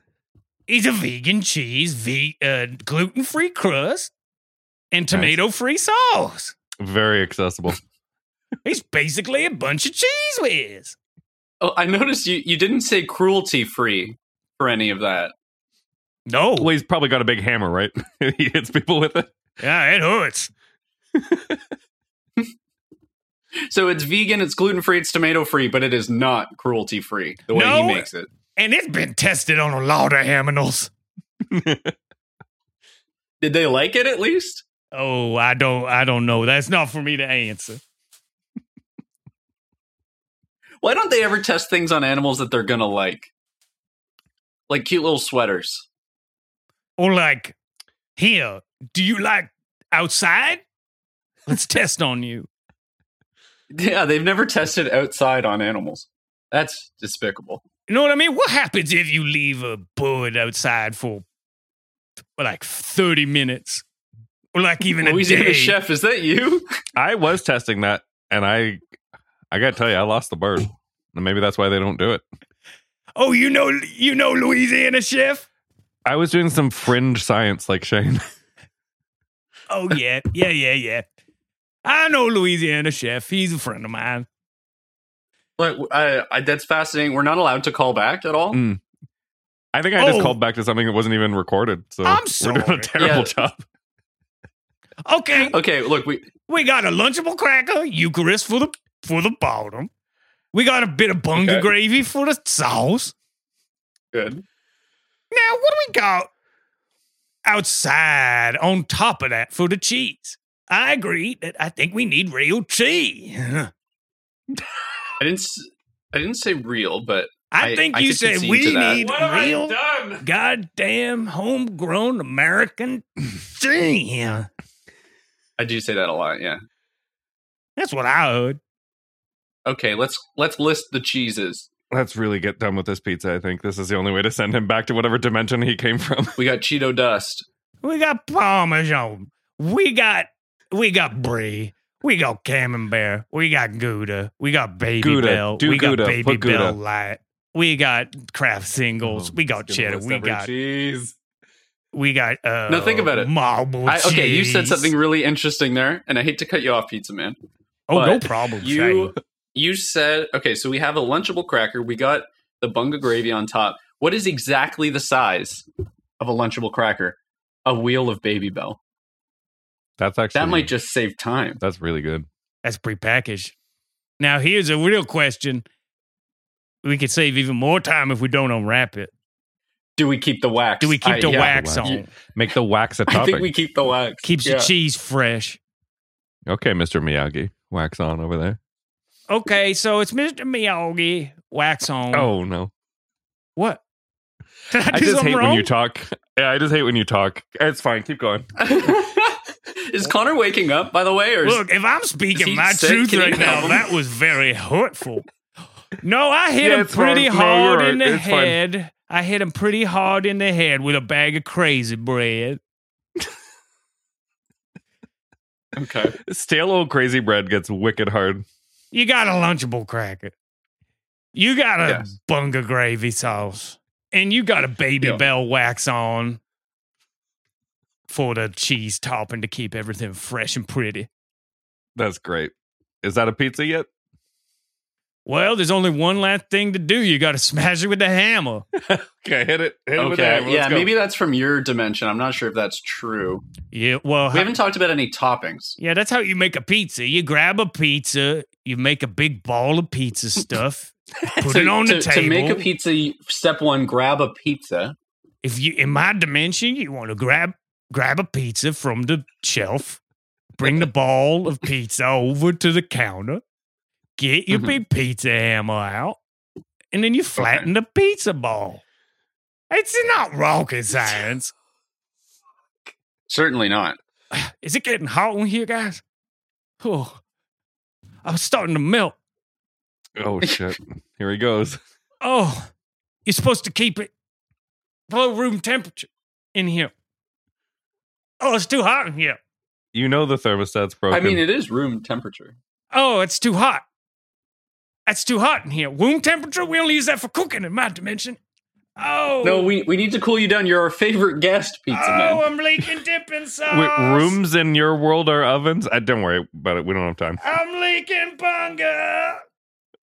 Speaker 3: He's a vegan cheese, ve- uh, gluten free crust, and tomato free sauce.
Speaker 1: Very
Speaker 2: (laughs)
Speaker 1: accessible.
Speaker 2: Oh.
Speaker 3: He's basically a bunch of cheese whiz.
Speaker 2: Oh, I noticed you you didn't say cruelty free for any of that.
Speaker 3: No.
Speaker 1: (laughs) well, he's probably got a big hammer, right? he hits people with it.
Speaker 3: Yeah, it hurts.
Speaker 2: So it's vegan, it's gluten free, it's tomato free, but it is not cruelty free the way
Speaker 3: No.
Speaker 2: he makes it.
Speaker 3: And it's been tested on a lot of aminals.
Speaker 2: Did they like it at least?
Speaker 3: Oh, I don't I don't know. That's not for me to answer.
Speaker 2: Why don't they ever test things on animals that they're gonna like? Like cute little sweaters. (laughs)
Speaker 3: Or like, here, do you like outside? Let's test on you.
Speaker 2: Yeah, they've never tested outside on animals. That's despicable.
Speaker 3: You know what I mean? What happens if you leave a bird outside for like 30 minutes?
Speaker 2: (laughs)
Speaker 3: Or like even a
Speaker 2: Louisiana
Speaker 3: day?
Speaker 2: chef, is that you?
Speaker 1: I was testing that, and I, I gotta tell you, I lost the bird.
Speaker 2: Oh.
Speaker 1: And maybe that's why they don't do it.
Speaker 3: Oh, you know you know Louisiana chef?
Speaker 1: I was doing some fringe science, like Shane. (laughs)
Speaker 3: Oh
Speaker 2: (laughs)
Speaker 3: yeah, yeah, yeah, yeah. I know Louisiana chef. He's a friend of mine.
Speaker 2: Like, I, I, that's fascinating. We're not allowed to call back at all.
Speaker 1: Mm. I think I just
Speaker 3: Oh.
Speaker 1: called back to something that wasn't even recorded. So
Speaker 3: I'm
Speaker 1: we're doing
Speaker 3: sorry.
Speaker 1: a terrible
Speaker 2: Yeah.
Speaker 1: job.
Speaker 2: (laughs)
Speaker 3: Okay,
Speaker 2: Okay, look, we
Speaker 3: we got a Lunchable cracker, Eucharist for the for the bottom. We got a bit of bunga
Speaker 2: Okay.
Speaker 3: gravy for the sauce.
Speaker 2: good.
Speaker 3: Now, what do we got outside on top of that for the cheese? I agree that I think we need real cheese.
Speaker 2: I didn't. s- I didn't say real, but
Speaker 3: I,
Speaker 2: I-
Speaker 3: think
Speaker 2: I
Speaker 3: you
Speaker 2: could
Speaker 3: said
Speaker 2: concede
Speaker 3: we
Speaker 2: to that.
Speaker 3: need real goddamn homegrown American cheese.
Speaker 2: I do say that a lot. Yeah.
Speaker 3: That's what I heard.
Speaker 2: Okay, let's let's list the cheeses.
Speaker 1: Let's really get done with this pizza. I think this is the only way to send him back to whatever dimension he came
Speaker 3: (laughs)
Speaker 1: from.
Speaker 2: We got Cheeto dust.
Speaker 3: We got Parmesan. We got we got brie. We got camembert. We got gouda. We got baby
Speaker 1: Gouda.
Speaker 3: bell.
Speaker 1: Do
Speaker 3: we
Speaker 1: Gouda.
Speaker 3: got baby
Speaker 1: Put Gouda.
Speaker 3: bell light. We got craft singles.
Speaker 1: Oh,
Speaker 3: we got
Speaker 1: he's gonna
Speaker 3: cheddar.
Speaker 1: list
Speaker 3: We
Speaker 1: every
Speaker 3: got
Speaker 1: cheese.
Speaker 3: we got uh
Speaker 2: No, think about it.
Speaker 3: Marble
Speaker 2: I, okay, you said
Speaker 3: cheese.
Speaker 2: something really interesting there, and I hate to cut you off, Pizza Man.
Speaker 3: Oh, no
Speaker 2: but
Speaker 3: problem.
Speaker 2: You you said okay, so we have a lunchable cracker. We got the bunga gravy on top. What is exactly the size of a lunchable cracker? A wheel of Baby Bell.
Speaker 1: That's actually
Speaker 2: That
Speaker 3: Hmm.
Speaker 2: might just save time.
Speaker 1: That's really good.
Speaker 3: That's prepackaged. Now here's a real question. We could save even more time if we don't unwrap it.
Speaker 2: Do we keep the wax?
Speaker 3: Do we keep
Speaker 2: I-
Speaker 3: the
Speaker 2: yeah.
Speaker 3: wax
Speaker 1: Wax.
Speaker 3: on?
Speaker 1: Make the wax a
Speaker 2: (laughs) I
Speaker 1: topic.
Speaker 2: think we keep the
Speaker 3: (laughs)
Speaker 2: wax. (laughs)
Speaker 3: Keeps
Speaker 2: Yeah.
Speaker 3: the cheese fresh.
Speaker 1: okay, Mr. Miyagi, wax on over there.
Speaker 3: Okay, so it's Mr. Miyagi wax on.
Speaker 1: Oh no,
Speaker 3: what? (laughs) Did I,
Speaker 1: I
Speaker 3: do
Speaker 1: just
Speaker 3: something
Speaker 1: hate
Speaker 3: wrong?
Speaker 1: when you talk. Yeah, I just hate when you talk. It's fine. Keep going.
Speaker 2: is Connor waking up, by the way? Or is-
Speaker 3: Look, if I'm speaking
Speaker 2: he
Speaker 3: my
Speaker 2: sick?
Speaker 3: truth
Speaker 2: Can you
Speaker 3: right now,
Speaker 2: help him?
Speaker 3: that was very hurtful. No, I hit
Speaker 1: Yeah,
Speaker 3: him
Speaker 1: it's fine.
Speaker 3: pretty
Speaker 1: No,
Speaker 3: hard
Speaker 1: you're
Speaker 3: in the
Speaker 1: right. It's fine.
Speaker 3: head. I hit him pretty hard in the head with a bag of crazy bread.
Speaker 2: okay.
Speaker 1: Stale old crazy bread gets wicked hard.
Speaker 3: You got a Lunchable cracker. You got a
Speaker 2: Yes.
Speaker 3: bunga gravy sauce. And you got a baby
Speaker 2: Yeah.
Speaker 3: bell wax on for the cheese topping to keep everything fresh and pretty.
Speaker 1: That's great. Is that a pizza yet?
Speaker 3: Well, there's only one last thing to do. You got to (laughs) smash it with the hammer.
Speaker 1: Okay, hit it. Hit it with that.
Speaker 2: Okay. Yeah, maybe that's from your dimension. I'm not sure if that's true.
Speaker 3: Yeah, well,
Speaker 2: We haven't talked about any toppings.
Speaker 3: yeah, that's how you make a pizza. You grab a pizza, you make a big ball
Speaker 2: (laughs)
Speaker 3: of pizza stuff, (laughs) put it on the
Speaker 2: to,
Speaker 3: table.
Speaker 2: To make a pizza, you- step one, grab a pizza.
Speaker 3: if you in my dimension, you want to grab grab a pizza from the shelf, bring the ball of pizza over to the counter, get your
Speaker 2: Mhm.
Speaker 3: big pizza hammer out, and then you flatten the pizza ball. It's not
Speaker 2: (laughs)
Speaker 3: rocket science.
Speaker 2: Certainly not.
Speaker 3: Is it getting hot in here, guys? Oh, I'm starting to melt.
Speaker 1: Oh shit! Here he goes.
Speaker 3: Oh, you're supposed to keep it below room temperature in here. Oh, it's too hot in here.
Speaker 1: You know the thermostat's broken.
Speaker 2: I mean, it is room temperature.
Speaker 3: Oh, it's too hot. That's too hot in here. Room temperature? We only use that for cooking in my dimension. Oh,
Speaker 2: No, we, we need to cool you down. You're our favorite guest, Pizza Man.
Speaker 3: Oh, I'm leaking
Speaker 1: (laughs)
Speaker 3: dipping
Speaker 1: Wait,
Speaker 3: sauce.
Speaker 1: rooms in your world are ovens. I don't worry about it. We don't have time.
Speaker 3: I'm leaking bunga.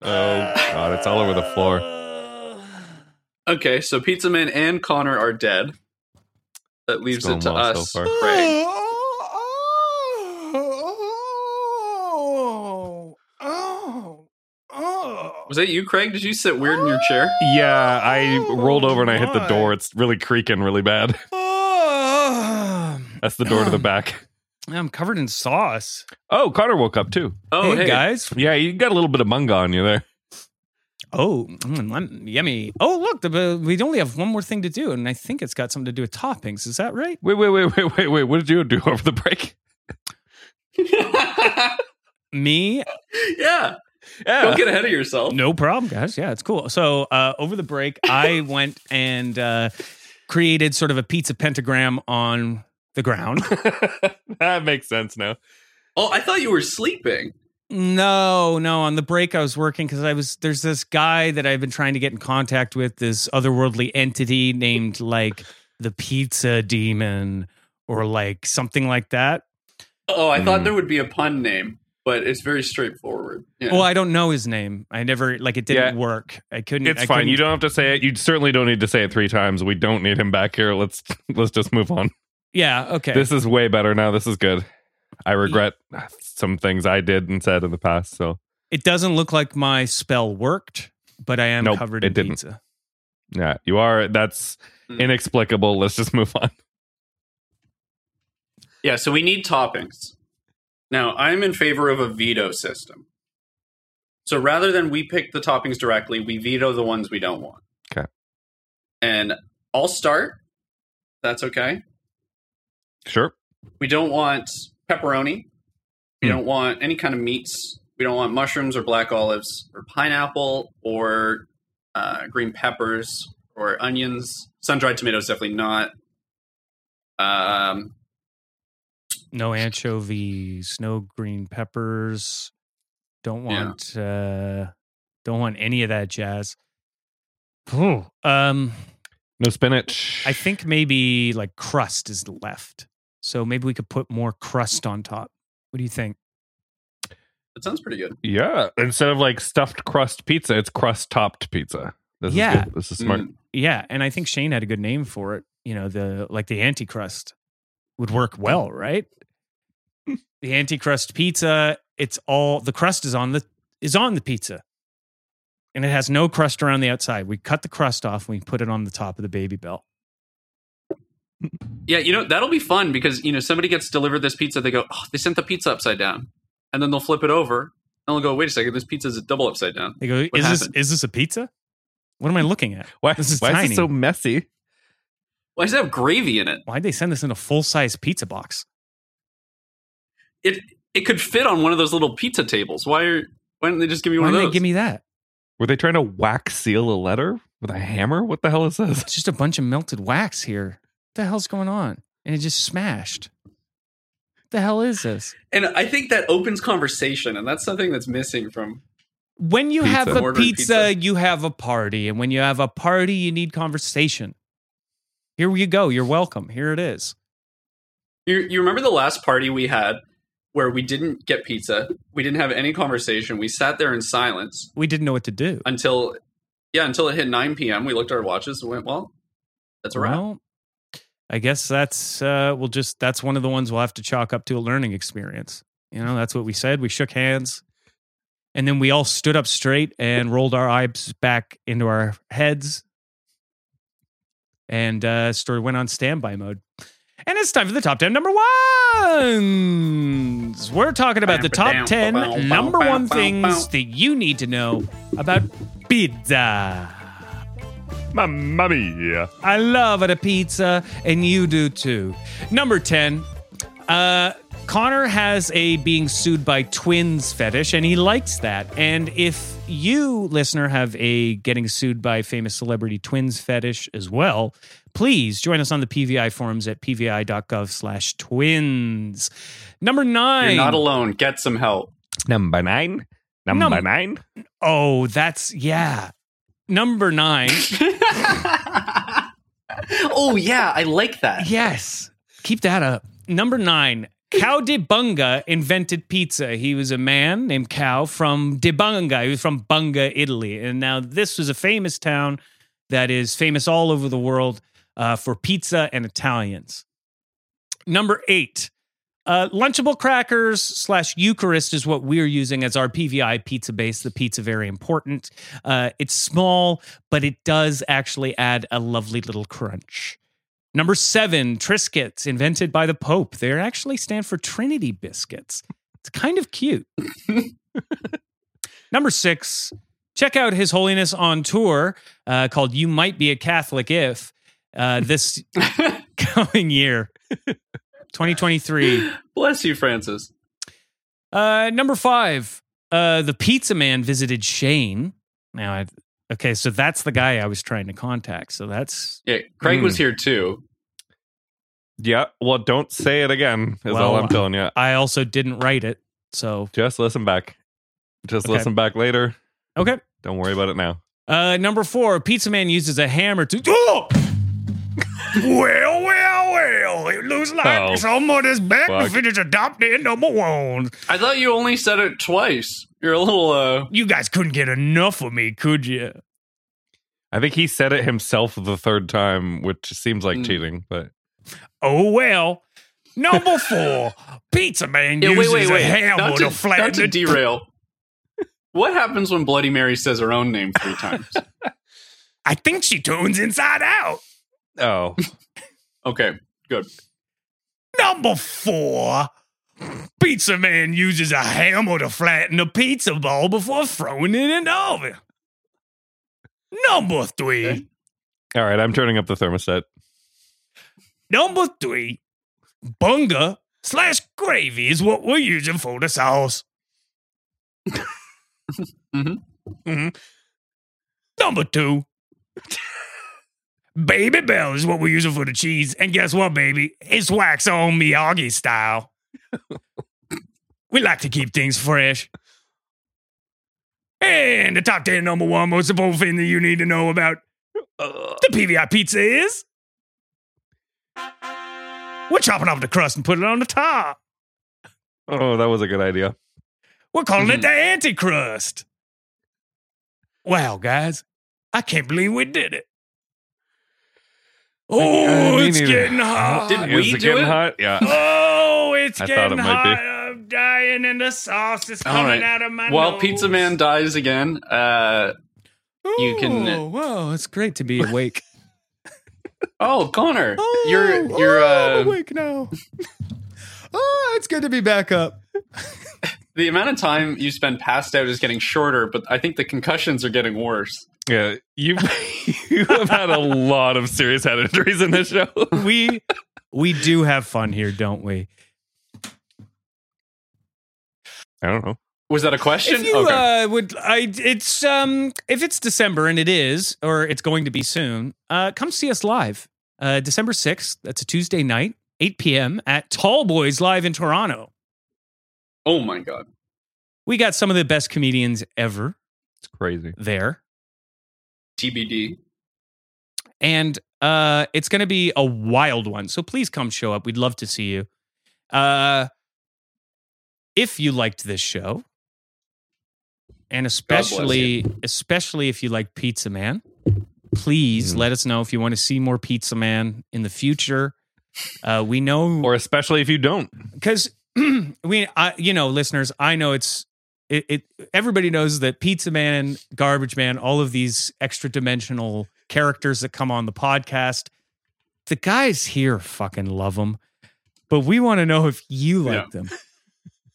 Speaker 1: Oh god, it's all over the floor.
Speaker 3: Uh,
Speaker 2: Okay, so Pizza Man and Connor are dead. That leaves
Speaker 1: going
Speaker 2: it to
Speaker 3: (sighs)
Speaker 1: well so
Speaker 2: us.
Speaker 1: far.
Speaker 2: Right. Was that you, Craig? Did you sit weird in your chair?
Speaker 1: Yeah, I rolled over and I hit the door. It's really creaking really bad. (laughs)
Speaker 5: Oh,
Speaker 1: That's the door to the (gasps) back.
Speaker 5: I'm covered in sauce.
Speaker 1: Oh, Connor woke up too.
Speaker 2: Oh, hey, (laughs)
Speaker 5: guys.
Speaker 1: Yeah, you got a little bit of munga on you there.
Speaker 3: Oh, mm, lem- yummy. Oh, look, the, we only have one more thing to do, and I think it's got something to do with toppings. Is that right?
Speaker 1: Wait, wait, wait, wait, wait, wait. What did you do (laughs) over the break?
Speaker 3: Me?
Speaker 2: yeah.
Speaker 1: Yeah.
Speaker 2: Don't get ahead of yourself.
Speaker 3: No problem, guys. Yeah, it's cool. So uh, over
Speaker 2: (laughs)
Speaker 3: the break, I went and uh, created sort of a pizza pentagram on the ground.
Speaker 1: (laughs) that makes sense now.
Speaker 2: Oh, I thought you were sleeping.
Speaker 3: No, no. On the break, I was working because I was there's this guy that I've been trying to get in contact with, this otherworldly entity named like the pizza demon or like something like that.
Speaker 2: Oh, I
Speaker 1: Mm.
Speaker 2: thought there would be a pun name, but it's very straightforward. Yeah.
Speaker 3: Well, I don't know his name. I never like it didn't
Speaker 1: Yeah.
Speaker 3: work. I couldn't.
Speaker 1: It's
Speaker 3: I
Speaker 1: fine.
Speaker 3: couldn't-
Speaker 1: You don't have to say it. You certainly don't need to say it three times. We don't need him back here. Let's (laughs) let's just move on.
Speaker 3: Yeah. Okay.
Speaker 1: This is way better now. This is good. I regret some things I did and said in the past. So
Speaker 3: it doesn't look like my spell worked, but I am
Speaker 1: Nope,
Speaker 3: covered
Speaker 1: it
Speaker 3: in
Speaker 1: didn't.
Speaker 3: pizza.
Speaker 1: yeah, you are. That's
Speaker 2: Mm.
Speaker 1: inexplicable. Let's just move on.
Speaker 2: yeah, so we need toppings. Now, I'm in favor of a veto system. So rather than we pick the toppings directly, we veto the ones we don't want.
Speaker 1: Okay.
Speaker 2: And I'll start. That's okay.
Speaker 1: Sure.
Speaker 2: We don't want pepperoni. We
Speaker 1: Mm.
Speaker 2: don't want any kind of meats. We don't want mushrooms or black olives or pineapple or uh, green peppers or onions. Sun dried tomatoes, definitely not. Um,
Speaker 3: No anchovies. No green peppers. Don't
Speaker 2: Yeah.
Speaker 3: want. uh Don't want any of that jazz. Phew. Um.
Speaker 1: No spinach.
Speaker 3: I think maybe like crust is left. So maybe we could put more crust on top. What do you think?
Speaker 2: that sounds pretty good.
Speaker 1: Yeah. Instead of like stuffed crust pizza, it's crust topped pizza. This
Speaker 3: Yeah.
Speaker 1: is good. This is smart.
Speaker 2: Mm.
Speaker 3: Yeah, and I think Shane had a good name for it. You know, the like the anti-crust would work well, right? the anti-crust pizza, it's all the crust is on the is on the pizza. And it has no crust around the outside. We cut the crust off and we put it on the top of the baby bell.
Speaker 2: Yeah, you know, that'll be fun because, you know, somebody gets delivered this pizza. They go, oh, they sent the pizza upside down. And then they'll flip it over and they'll go, wait a second, this pizza's a double upside down.
Speaker 3: They go,
Speaker 2: What
Speaker 3: "Is this
Speaker 2: happened?
Speaker 3: is this a pizza? What am I looking at?
Speaker 1: Why,
Speaker 3: This is
Speaker 1: why is
Speaker 3: tiny.
Speaker 1: it so messy?
Speaker 2: Why does it have gravy in it?
Speaker 3: Why'd they send this in a full-size pizza box?"
Speaker 2: It it could fit on one of those little pizza tables. Why are why didn't they just give me
Speaker 3: Why
Speaker 2: one
Speaker 3: did
Speaker 2: of
Speaker 3: they
Speaker 2: those?
Speaker 3: give me that?
Speaker 1: Were they trying to wax seal a letter with a hammer? What the hell is (laughs) this?
Speaker 3: it's just a bunch of melted wax here. What the hell's going on? And it just smashed. What the hell is this?
Speaker 2: And I think that opens conversation, and that's something that's missing from.
Speaker 3: When you have
Speaker 1: Pizza.
Speaker 3: a
Speaker 2: Ordered
Speaker 3: pizza,
Speaker 2: pizza.
Speaker 3: you have a party. And when you have a party, you need conversation. Here you go. You're welcome. Here it is.
Speaker 2: You, you remember the last party we had where we didn't get pizza, we didn't have any conversation, we sat there in silence
Speaker 3: We didn't know what to do.
Speaker 2: until, yeah, until it hit 9 p.m. We looked at our watches and went, well, that's a wrap.
Speaker 3: Well, I guess that's uh we'll just that's one of the ones we'll have to chalk up to a learning experience. You know, that's what we said. We shook hands. And then we all stood up straight and rolled our eyes back into our heads. And uh sort of went on standby mode. And it's time for the top 10 number ones. We're talking about the top 10 number one things that you need to know about pizza.
Speaker 1: My mummy. Yeah.
Speaker 3: I love it, a pizza, and you do too. Number 10. Uh, Connor has a being sued by twins fetish, and he likes that. And if you, listener, have a getting sued by famous celebrity twins fetish as well, please join us on the PVI forums at pvi.gov slash twins. Number 9
Speaker 2: You're not alone. Get some help.
Speaker 1: Number nine. Number
Speaker 3: Num-
Speaker 1: nine.
Speaker 3: oh, that's, yeah. Number nine.
Speaker 2: Oh yeah, I like
Speaker 3: (laughs)
Speaker 2: that.
Speaker 3: Yes. Keep that up. Number nine. Cow de Bunga invented pizza. He was a man named Cow from de Bunga. He was from Bunga, Italy. And now this was a famous town that is famous all over the world uh, for pizza and Italians. Number eight. Uh, Lunchable crackers slash Eucharist is what we're using as our PVI pizza base. The pizza very important. Uh, it's small, but it does actually add a lovely little crunch. Number seven, Triscuits, invented by the Pope. They actually stand for Trinity biscuits. It's kind of cute. Number six, check out His Holiness on tour uh, called "You Might Be a Catholic If" uh, this (laughs) coming year, 2023.
Speaker 2: Bless you, Francis.
Speaker 3: Uh, number five, uh, the pizza man visited Shane. Now, I, okay, so that's the guy I was trying to contact. So that's
Speaker 2: Yeah, Craig
Speaker 1: Hmm.
Speaker 2: was here too.
Speaker 1: Yeah. Well, don't say it again. Is all
Speaker 3: Well,
Speaker 1: I'm telling you.
Speaker 3: I also didn't write it. So
Speaker 1: Just listen back. Just
Speaker 3: Okay.
Speaker 1: listen back later.
Speaker 3: okay.
Speaker 1: Don't worry about it now.
Speaker 3: Uh, number four, pizza man uses a hammer to. Oh!
Speaker 5: Well, well, well. It looks like
Speaker 1: Oh,
Speaker 5: somebody's back
Speaker 1: fuck.
Speaker 5: to finish adopting number one.
Speaker 2: I thought you only said it twice. You're a little uh
Speaker 5: You guys couldn't get enough of me, could you?
Speaker 1: I think he said it himself the third time, which seems like
Speaker 2: Mm.
Speaker 1: cheating, but
Speaker 5: Oh well.
Speaker 2: (laughs)
Speaker 5: Number four, Pizza Man
Speaker 2: Yeah, wait,
Speaker 5: uses
Speaker 2: wait,
Speaker 5: a
Speaker 2: wait.
Speaker 5: hammer to,
Speaker 2: Not to, not to
Speaker 5: flatten the
Speaker 2: derail. What happens when Bloody Mary says her own name three times?
Speaker 5: I think she turns inside out.
Speaker 1: oh,
Speaker 2: Okay, good.
Speaker 5: Number four, Pizza Man uses a hammer to flatten a pizza ball before throwing it in the oven. Number
Speaker 2: Okay.
Speaker 5: three,
Speaker 1: (laughs) all right. I'm turning up the thermostat.
Speaker 5: number three, bunga slash gravy is what we're using for the sauce.
Speaker 2: Mhm.
Speaker 1: Mhm.
Speaker 5: Mm-hmm. Number two, baby bell is what we're using for the cheese. And guess what, baby? It's wax on Miyagi style. we like to keep things fresh. And the top 10 number one most important thing that you need to know about the PVI pizza is we're chopping off the crust and putting it on the top.
Speaker 1: Oh, that was a good idea.
Speaker 5: We're calling
Speaker 2: Mhm.
Speaker 5: it the
Speaker 1: Mm-hmm.
Speaker 5: Antichrist. Wow, guys, I can't believe we did it. Oh,
Speaker 1: me
Speaker 5: it's
Speaker 1: neither.
Speaker 5: getting hot.
Speaker 2: Did we
Speaker 1: Is it
Speaker 2: do
Speaker 1: getting
Speaker 2: it?
Speaker 1: hot? (laughs)
Speaker 2: (laughs)
Speaker 1: Yeah.
Speaker 5: Oh, it's
Speaker 1: I thought
Speaker 5: getting
Speaker 1: it might be.
Speaker 5: hot. I'm dying, and the sauce is
Speaker 2: All
Speaker 5: coming
Speaker 2: right.
Speaker 5: out of my
Speaker 2: While
Speaker 5: nose.
Speaker 2: Pizza Man dies again, uh You can-
Speaker 1: uh,
Speaker 3: Oh, wow, it's great
Speaker 1: (laughs)
Speaker 3: to be awake.
Speaker 2: oh Connor,
Speaker 3: Oh,
Speaker 2: you're you're
Speaker 3: oh, I'm
Speaker 2: uh
Speaker 3: awake now. (laughs) oh, it's good to be back up.
Speaker 2: the amount of time you spend passed out is getting shorter, but I think the concussions are getting worse.
Speaker 1: Yeah. You (laughs) you have had a lot of serious head injuries in this show.
Speaker 3: We we do have fun here, don't we?
Speaker 1: I don't know.
Speaker 2: Was that a question?
Speaker 3: If you
Speaker 2: okay.
Speaker 3: uh, would, I it's um if it's December and it is, or it's going to be soon. Uh, come see us live, uh, December sixth. That's a Tuesday night, eight p.m. at Tall Boys Live in Toronto.
Speaker 2: oh my god.
Speaker 3: We got some of the best comedians ever
Speaker 1: It's crazy.
Speaker 3: there,
Speaker 2: TBD.
Speaker 3: and uh, it's going to be a wild one. So please come show up. We'd love to see you. Uh, if you liked this show, and
Speaker 2: bless
Speaker 3: especially especially if you like Pizza Man, please
Speaker 1: Mm.
Speaker 3: let us know if you want to see more Pizza Man in the future. Uh, we know
Speaker 1: Or especially if you don't.
Speaker 3: because (clears throat) we, I, you know, listeners, I know it's it, it. Everybody knows that Pizza Man, Garbage Man, all of these extra dimensional characters that come on the podcast, the guys here fucking love them, but we want to know if you like
Speaker 2: Yeah.
Speaker 3: them.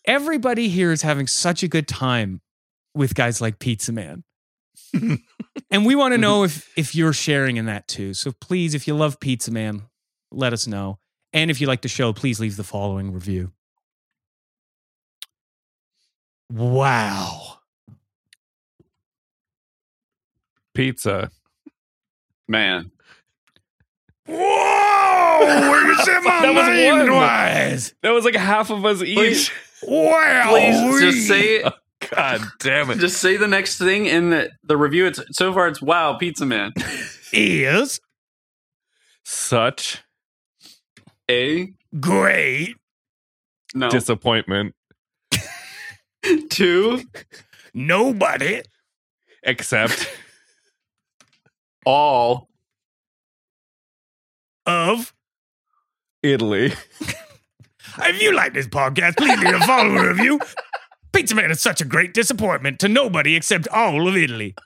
Speaker 3: Everybody here is having such a good time with guys like Pizza Man. and we want to know if if you're sharing in that too. So please, if you love Pizza Man, let us know. And if you like the show, please leave the following review. Wow.
Speaker 1: Pizza.
Speaker 2: Man.
Speaker 5: Whoa! Where you said my
Speaker 3: (laughs)
Speaker 1: That was
Speaker 5: name
Speaker 1: one.
Speaker 5: twice.
Speaker 1: That was like half of us
Speaker 2: Please-
Speaker 1: each.
Speaker 5: Wow!
Speaker 2: Please just say it.
Speaker 1: God damn it.
Speaker 2: Just say the next thing in the, the review. It's so far it's wow, Pizza Man.
Speaker 5: is
Speaker 1: Such
Speaker 2: A
Speaker 5: great
Speaker 2: no
Speaker 1: disappointment.
Speaker 2: two
Speaker 5: nobody
Speaker 1: Except
Speaker 2: (laughs) all
Speaker 5: of
Speaker 1: Italy.
Speaker 3: If you like this podcast, please leave a follow review. Pizza Man is such a great disappointment to nobody except all of Italy.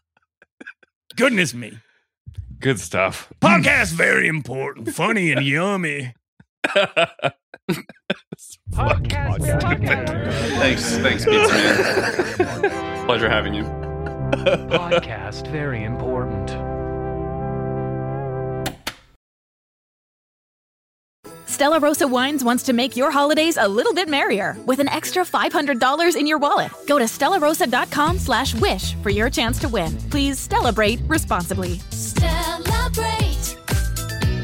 Speaker 3: Goodness me.
Speaker 7: Good stuff.
Speaker 3: Podcast very important, funny and yummy.
Speaker 4: Podcast, podcast,
Speaker 2: Thanks, thanks, Pizza Man. Pleasure having you.
Speaker 4: podcast, very important.
Speaker 8: Stella Rosa Wines wants to make your holidays a little bit merrier with an extra $500 in your wallet. Go to stellarosa.com slash wish for your chance to win. Please celebrate responsibly.
Speaker 9: Celebrate.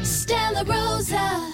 Speaker 9: Stella Rosa.